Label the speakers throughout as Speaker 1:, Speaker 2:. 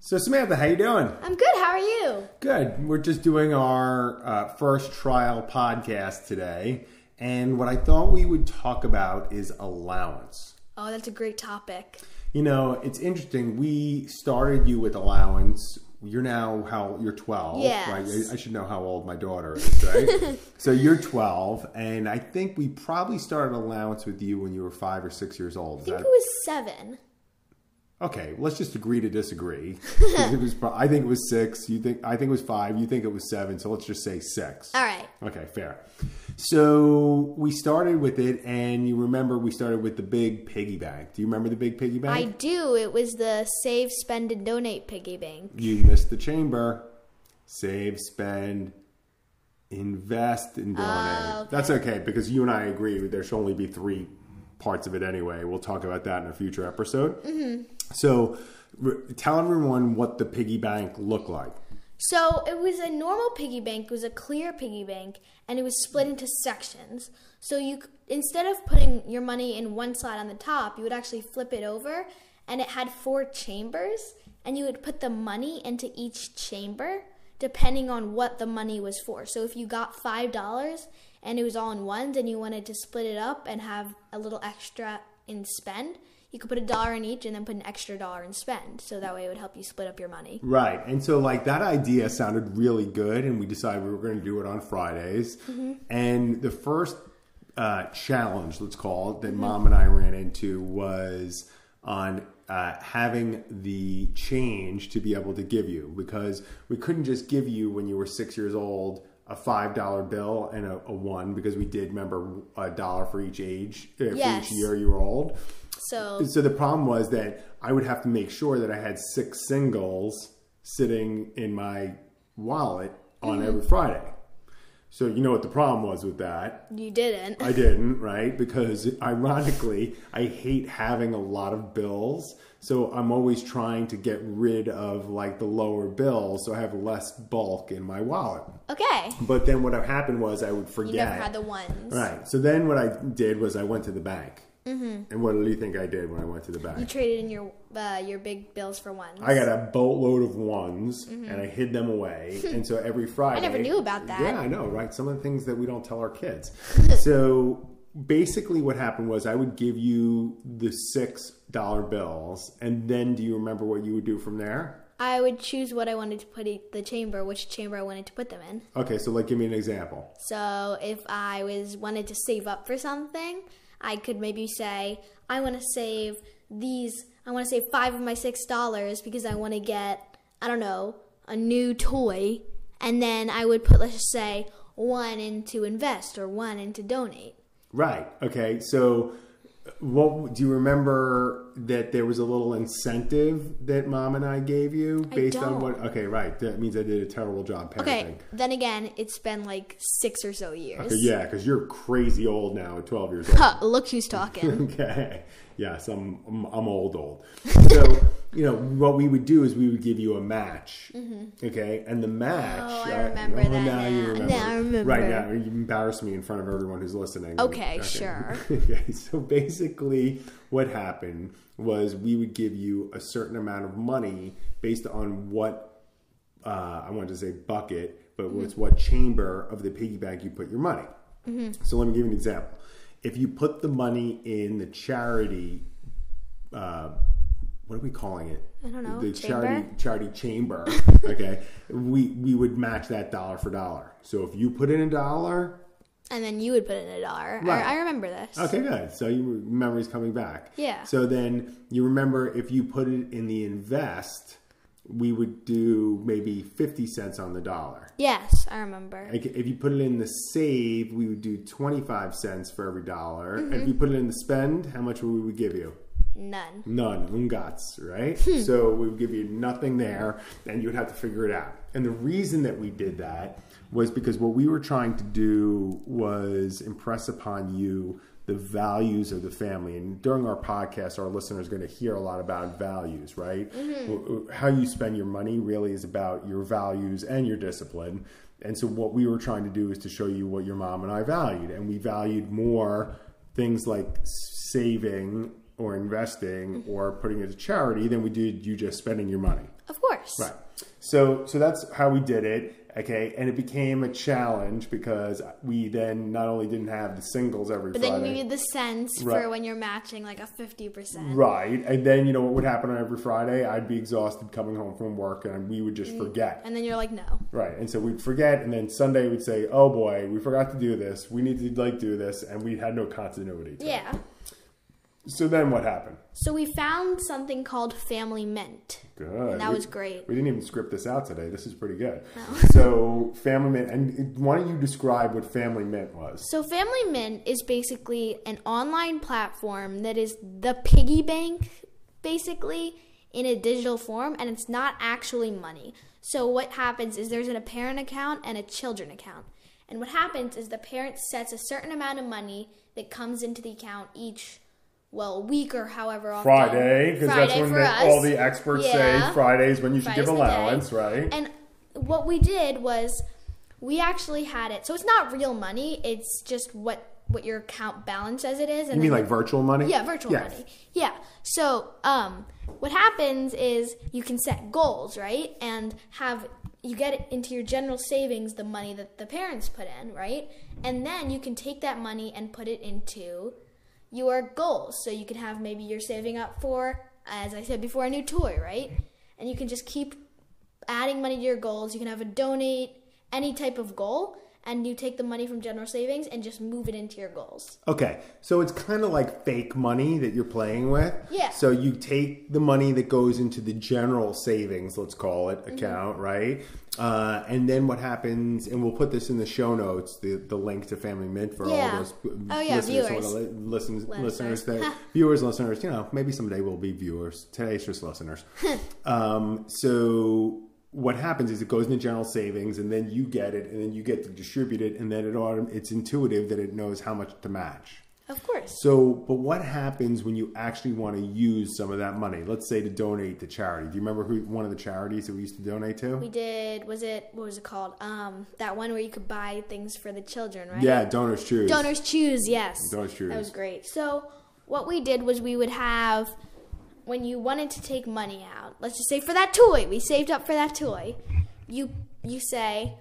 Speaker 1: So Samantha, how you doing?
Speaker 2: I'm good. How are you?
Speaker 1: Good. We're just doing our uh, first trial podcast today, and what I thought we would talk about is allowance.
Speaker 2: Oh, that's a great topic.
Speaker 1: You know, it's interesting. We started you with allowance. You're now how you're 12,
Speaker 2: Yes.
Speaker 1: right? I- I should know how old my daughter is, right? so you're 12, and I think we probably started allowance with you when you were five or six years old. Is
Speaker 2: I think
Speaker 1: that-
Speaker 2: it was seven.
Speaker 1: Okay, let's just agree to disagree. 'Cause it was, pro- I think it was six. You think I think it was five. You think it was seven. So let's just say six.
Speaker 2: All right.
Speaker 1: Okay, fair. So we started with it, and you remember we started with the big piggy bank. Do you remember the big piggy
Speaker 2: I
Speaker 1: bank?
Speaker 2: do. It was the save, spend, and donate piggy bank.
Speaker 1: You missed the chamber. Save, spend, invest, and donate. That's okay because you and I agree there should only be three parts of it anyway. We'll talk about that in a future episode. So r tell everyone what the piggy bank looked like.
Speaker 2: So it was a normal piggy bank. It was a clear piggy bank, and it was split into sections. So you, c- instead of putting your money in one slot on the top, you would actually flip it over, and it had four chambers, and you would put the money into each chamber depending on what the money was for. So if you got five dollars and it was all in ones, and you wanted to split it up and have a little extra in spend. You could put a dollar in each and then put an extra dollar in spend. So that way it would help you split up your money.
Speaker 1: Right. And so, like, that idea sounded really good, and we decided we were going to do it on Fridays. And the first uh, challenge, let's call it, that mom and I ran into was on uh, having the change to be able to give you because we couldn't just give you when you were six years old a five dollar bill and a, a one because we did remember a dollar for each age uh, for each
Speaker 2: Yes.
Speaker 1: year you were old
Speaker 2: So
Speaker 1: so the problem was that I would have to make sure that I had six singles sitting in my wallet on
Speaker 2: Mm-hmm.
Speaker 1: every Friday. So you know what the problem was with that?
Speaker 2: You didn't.
Speaker 1: I didn't, right? Because ironically, I hate having a lot of bills. So I'm always trying to get rid of like the lower bills so I have less bulk in my wallet.
Speaker 2: okay.
Speaker 1: But then what happened was I would forget.
Speaker 2: You never had the ones.
Speaker 1: right. So then what I did was I went to the bank. Mm-hmm. And what do you think I did when I went to the bank?
Speaker 2: You traded in your uh, your big bills for ones.
Speaker 1: I got a boatload of ones and I hid them away. and so every Friday.
Speaker 2: Mm-hmm. never knew about that.
Speaker 1: Yeah, I know, right? Some of the things that we don't tell our kids. so basically, what happened was I would give you the $6 bills. And then do you remember what you would do from there?
Speaker 2: I would choose what I wanted to put in the chamber, which chamber I wanted to put them in.
Speaker 1: Okay, so like give me an example.
Speaker 2: So if I was wanted to save up for something, I could maybe say I want to save these. I want to save five of my six dollars because I want to get I don't know a new toy, and then I would put let's just say one into invest or one into donate.
Speaker 1: Right. Okay. So, uh, what do you remember that there was a little incentive that mom and I gave you based on
Speaker 2: don't.
Speaker 1: what? Okay. Right. That means I did a terrible job parenting.
Speaker 2: Okay. Then again, it's been like six or so years.
Speaker 1: Yeah, because you're crazy old now at 12 years old.
Speaker 2: Huh, look who's talking.
Speaker 1: Okay. Yes, I'm, I'm, I'm old, old. So, you know, what we would do is we would give you a match. Okay. And the match.
Speaker 2: Mm-hmm.
Speaker 1: uh,
Speaker 2: Oh, I remember that
Speaker 1: now you
Speaker 2: now.
Speaker 1: remember.
Speaker 2: Now I remember.
Speaker 1: Right now, you embarrassed me in front of everyone who's listening.
Speaker 2: Okay, sure.
Speaker 1: okay. So basically, what happened was we would give you a certain amount of money based on what uh, I wanted to say bucket, but
Speaker 2: Mm-hmm.
Speaker 1: it's what chamber of the piggy bank you put your money.
Speaker 2: Mm-hmm.
Speaker 1: So let me give you an example. If you put the money in the charity, uh, what are we calling it? I
Speaker 2: don't know.
Speaker 1: The charity
Speaker 2: Chamber?
Speaker 1: charity chamber. okay, we we would match that dollar for dollar. So if you put in a dollar,
Speaker 2: and then you would put in a dollar.
Speaker 1: Right.
Speaker 2: I, I remember this.
Speaker 1: Okay, good. So your memory's coming back.
Speaker 2: Yeah.
Speaker 1: So then you remember if you put it in the invest, we would do maybe 50 cents on the dollar.
Speaker 2: Yes, I remember.
Speaker 1: Like if you put it in the save, we would do 25 cents for every dollar. If you put it in the spend, how much would we give you?
Speaker 2: None.
Speaker 1: None, ungats, right? so we would give you nothing there, and you would have to figure it out. And the reason that we did that was because what we were trying to do was impress upon you the values of the family. And during our podcast, our listeners are going to hear a lot about values, right? W- w- How you spend your money really is about your values and your discipline. And so what we were trying to do is to show you what your mom and I valued, and we valued more things like saving or investing or putting it to charity than we did you just spending your money.
Speaker 2: Of course. course.
Speaker 1: Right. So so that's how we did it. Okay, and it became a challenge because we then not only didn't have the singles every
Speaker 2: But
Speaker 1: Friday.
Speaker 2: then you needed the cents
Speaker 1: Right.
Speaker 2: for when you're matching like a 50%.
Speaker 1: Right, and then you know what would happen on every Friday? I'd be exhausted coming home from work, and we would
Speaker 2: Mm-hmm.
Speaker 1: just forget.
Speaker 2: And then you're like, no.
Speaker 1: Right, and so we'd forget, and then Sunday we'd say, "Oh boy, we forgot to do this. We need to like do this," and we had no continuity. to it.
Speaker 2: Yeah.
Speaker 1: So then what happened?
Speaker 2: So we found something called Family Mint.
Speaker 1: Good.
Speaker 2: And that
Speaker 1: We-
Speaker 2: was great. Oh.
Speaker 1: We didn't even script this out today. This is pretty good. so family mint, and why don't you describe what family mint was?
Speaker 2: So Family Mint is basically an online platform that is the piggy bank, basically in a digital form, and it's not actually money. So what happens is there's an, a parent account and a children account, and what happens is the parent sets a certain amount of money that comes into the account each, well, week or however often.
Speaker 1: Friday, because that's
Speaker 2: Friday
Speaker 1: when
Speaker 2: for
Speaker 1: they,
Speaker 2: us.
Speaker 1: all the experts say
Speaker 2: Yeah.
Speaker 1: Fridays when you should give
Speaker 2: Friday's the day.
Speaker 1: allowance, right?
Speaker 2: And what we did was we actually had it. So it's not real money. It's just what what your account balance as it is. And
Speaker 1: you mean
Speaker 2: then-
Speaker 1: like virtual money?
Speaker 2: yeah, virtual
Speaker 1: Yeah.
Speaker 2: money. Yeah. So um, what happens is you can set goals, right, and have you get into your general savings the money that the parents put in, right, and then you can take that money and put it into your goals. So you can have maybe you're saving up for, as I said before, a new toy, right, and you can just keep adding money to your goals. You can have a donate any type of goal. And you take the money from general savings and just move it into your goals.
Speaker 1: Okay, so it's kind of like fake money that you're playing with.
Speaker 2: Yeah.
Speaker 1: So you take the money that goes into the general savings, let's call it,
Speaker 2: Mm-hmm.
Speaker 1: account, right? Uh, and then what happens? And we'll put this in the show notes, the the link to Family Mint for all
Speaker 2: Yeah.
Speaker 1: those
Speaker 2: Oh, yeah,
Speaker 1: listeners, who
Speaker 2: viewers.
Speaker 1: wanna li- listens- listeners
Speaker 2: Listeners.
Speaker 1: that viewers, listeners. You know, maybe someday we'll be viewers. Today's just listeners. um, so. What happens is it goes into general savings, and then you get it, and then you get to distribute it, and then it autom- it's intuitive that it knows how much to match.
Speaker 2: Of course.
Speaker 1: So, but what happens when you actually want to use some of that money? Let's say to donate to charity. Do you remember who one of the charities that we used to donate to?
Speaker 2: We did. Was it what was it called? Um, that one where you could buy things for the children, right?
Speaker 1: yeah, donors choose.
Speaker 2: Donors choose. Yes.
Speaker 1: Donors choose.
Speaker 2: That was great. So what we did was we would have when you wanted to take money out. Let's just say for that toy, we saved up for that toy. You you say,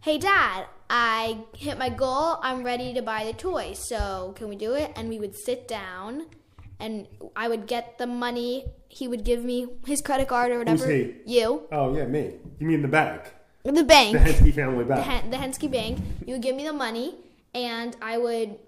Speaker 2: "Hey, Dad." I hit my goal. I'm ready to buy the toy. So, can we do it? And we would sit down and I would get the money. He would give me his credit card or whatever.
Speaker 1: he?
Speaker 2: You.
Speaker 1: Oh yeah, me. You mean the bank,
Speaker 2: The bank.
Speaker 1: the Hensky family bank?
Speaker 2: Hen- the Hensky Bank. You would give me the money, and I would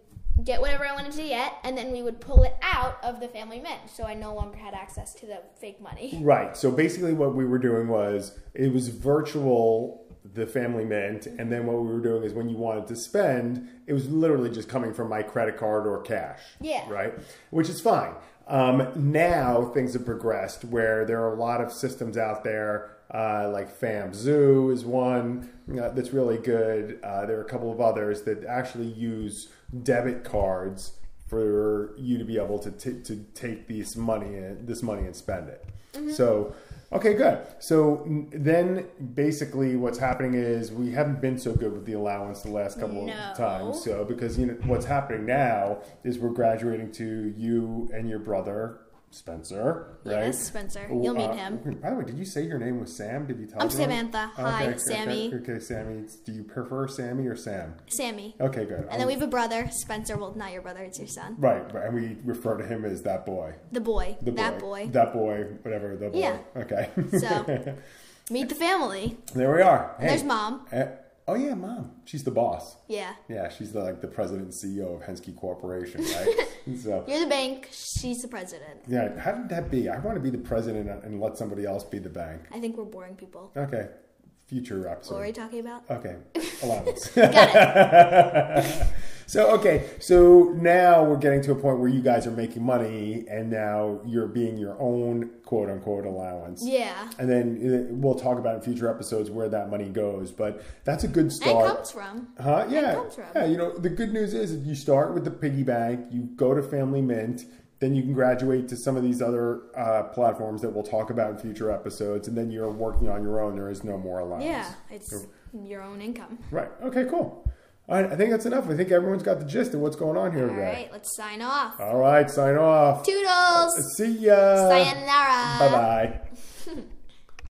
Speaker 2: get whatever I wanted to get, and then we would pull it out of the family mint, so I no longer had access to the fake money.
Speaker 1: Right. So basically, what we were doing was it was virtual, the family mint, and then what we were doing is when you wanted to spend, it was literally just coming from my credit card or cash.
Speaker 2: Yeah.
Speaker 1: Right. Which is fine. Um, now things have progressed where there are a lot of systems out there. Uh, like FamZoo is one uh, that's really good. Uh, there are a couple of others that actually use debit cards for you to be able to t- to take this money and this money and spend it. So, okay, good. So n- then basically what's happening is we haven't been so good with the allowance the last couple
Speaker 2: No.
Speaker 1: of times. So because you know what's happening now is we're graduating to you and your brother Spencer, right?
Speaker 2: Yes, Spencer. You'll meet
Speaker 1: Uh,
Speaker 2: him.
Speaker 1: By the way, did you say your name was Sam? Did you tell?
Speaker 2: I'm
Speaker 1: everyone?
Speaker 2: Samantha. Hi, Sammy.
Speaker 1: Okay, Sammy. Do you prefer Sammy or Sam?
Speaker 2: Sammy.
Speaker 1: Okay, good. Um,
Speaker 2: And then we have a brother, Spencer. Well, not your brother, it's your son.
Speaker 1: right, right, and we refer to him as that boy.
Speaker 2: The boy.
Speaker 1: The
Speaker 2: that boy.
Speaker 1: That boy. Whatever. The boy.
Speaker 2: Yeah.
Speaker 1: Okay.
Speaker 2: So- Meet the family.
Speaker 1: there we are. Hey.
Speaker 2: There's mom.
Speaker 1: Eh, oh yeah, mom. She's the boss.
Speaker 2: Yeah.
Speaker 1: Yeah, she's the, like the president and CEO of Hensky Corporation, right? so
Speaker 2: You're the bank, she's the president.
Speaker 1: yeah, how did that be? I want to be the president and let somebody else be the bank.
Speaker 2: I think we're boring people.
Speaker 1: Okay, future
Speaker 2: What were we
Speaker 1: episode.
Speaker 2: talking about?
Speaker 1: Okay, allowance.
Speaker 2: Got it.
Speaker 1: so okay, so now we're getting to a point where you guys are making money, and now you're being your own quote unquote allowance.
Speaker 2: Yeah.
Speaker 1: And then uh, we'll talk about in future episodes where that money goes, but that's a good
Speaker 2: And
Speaker 1: start.
Speaker 2: comes from.
Speaker 1: Huh? Uh, Yeah.
Speaker 2: comes from.
Speaker 1: Yeah. You know, the good news is if you start with the piggy bank, you go to Family Mint, then you can graduate to some of these other uh, platforms that we'll talk about in future episodes, and then you're working on your own. There is no more allowance.
Speaker 2: Yeah. It's your own income.
Speaker 1: Right. Okay. Cool. All right. I think that's enough. I think everyone's got the gist of what's going on here
Speaker 2: All
Speaker 1: today.
Speaker 2: right, let's sign off.
Speaker 1: All right. Sign off.
Speaker 2: Toodles!
Speaker 1: See ya.
Speaker 2: Sayonara!
Speaker 1: Bye bye.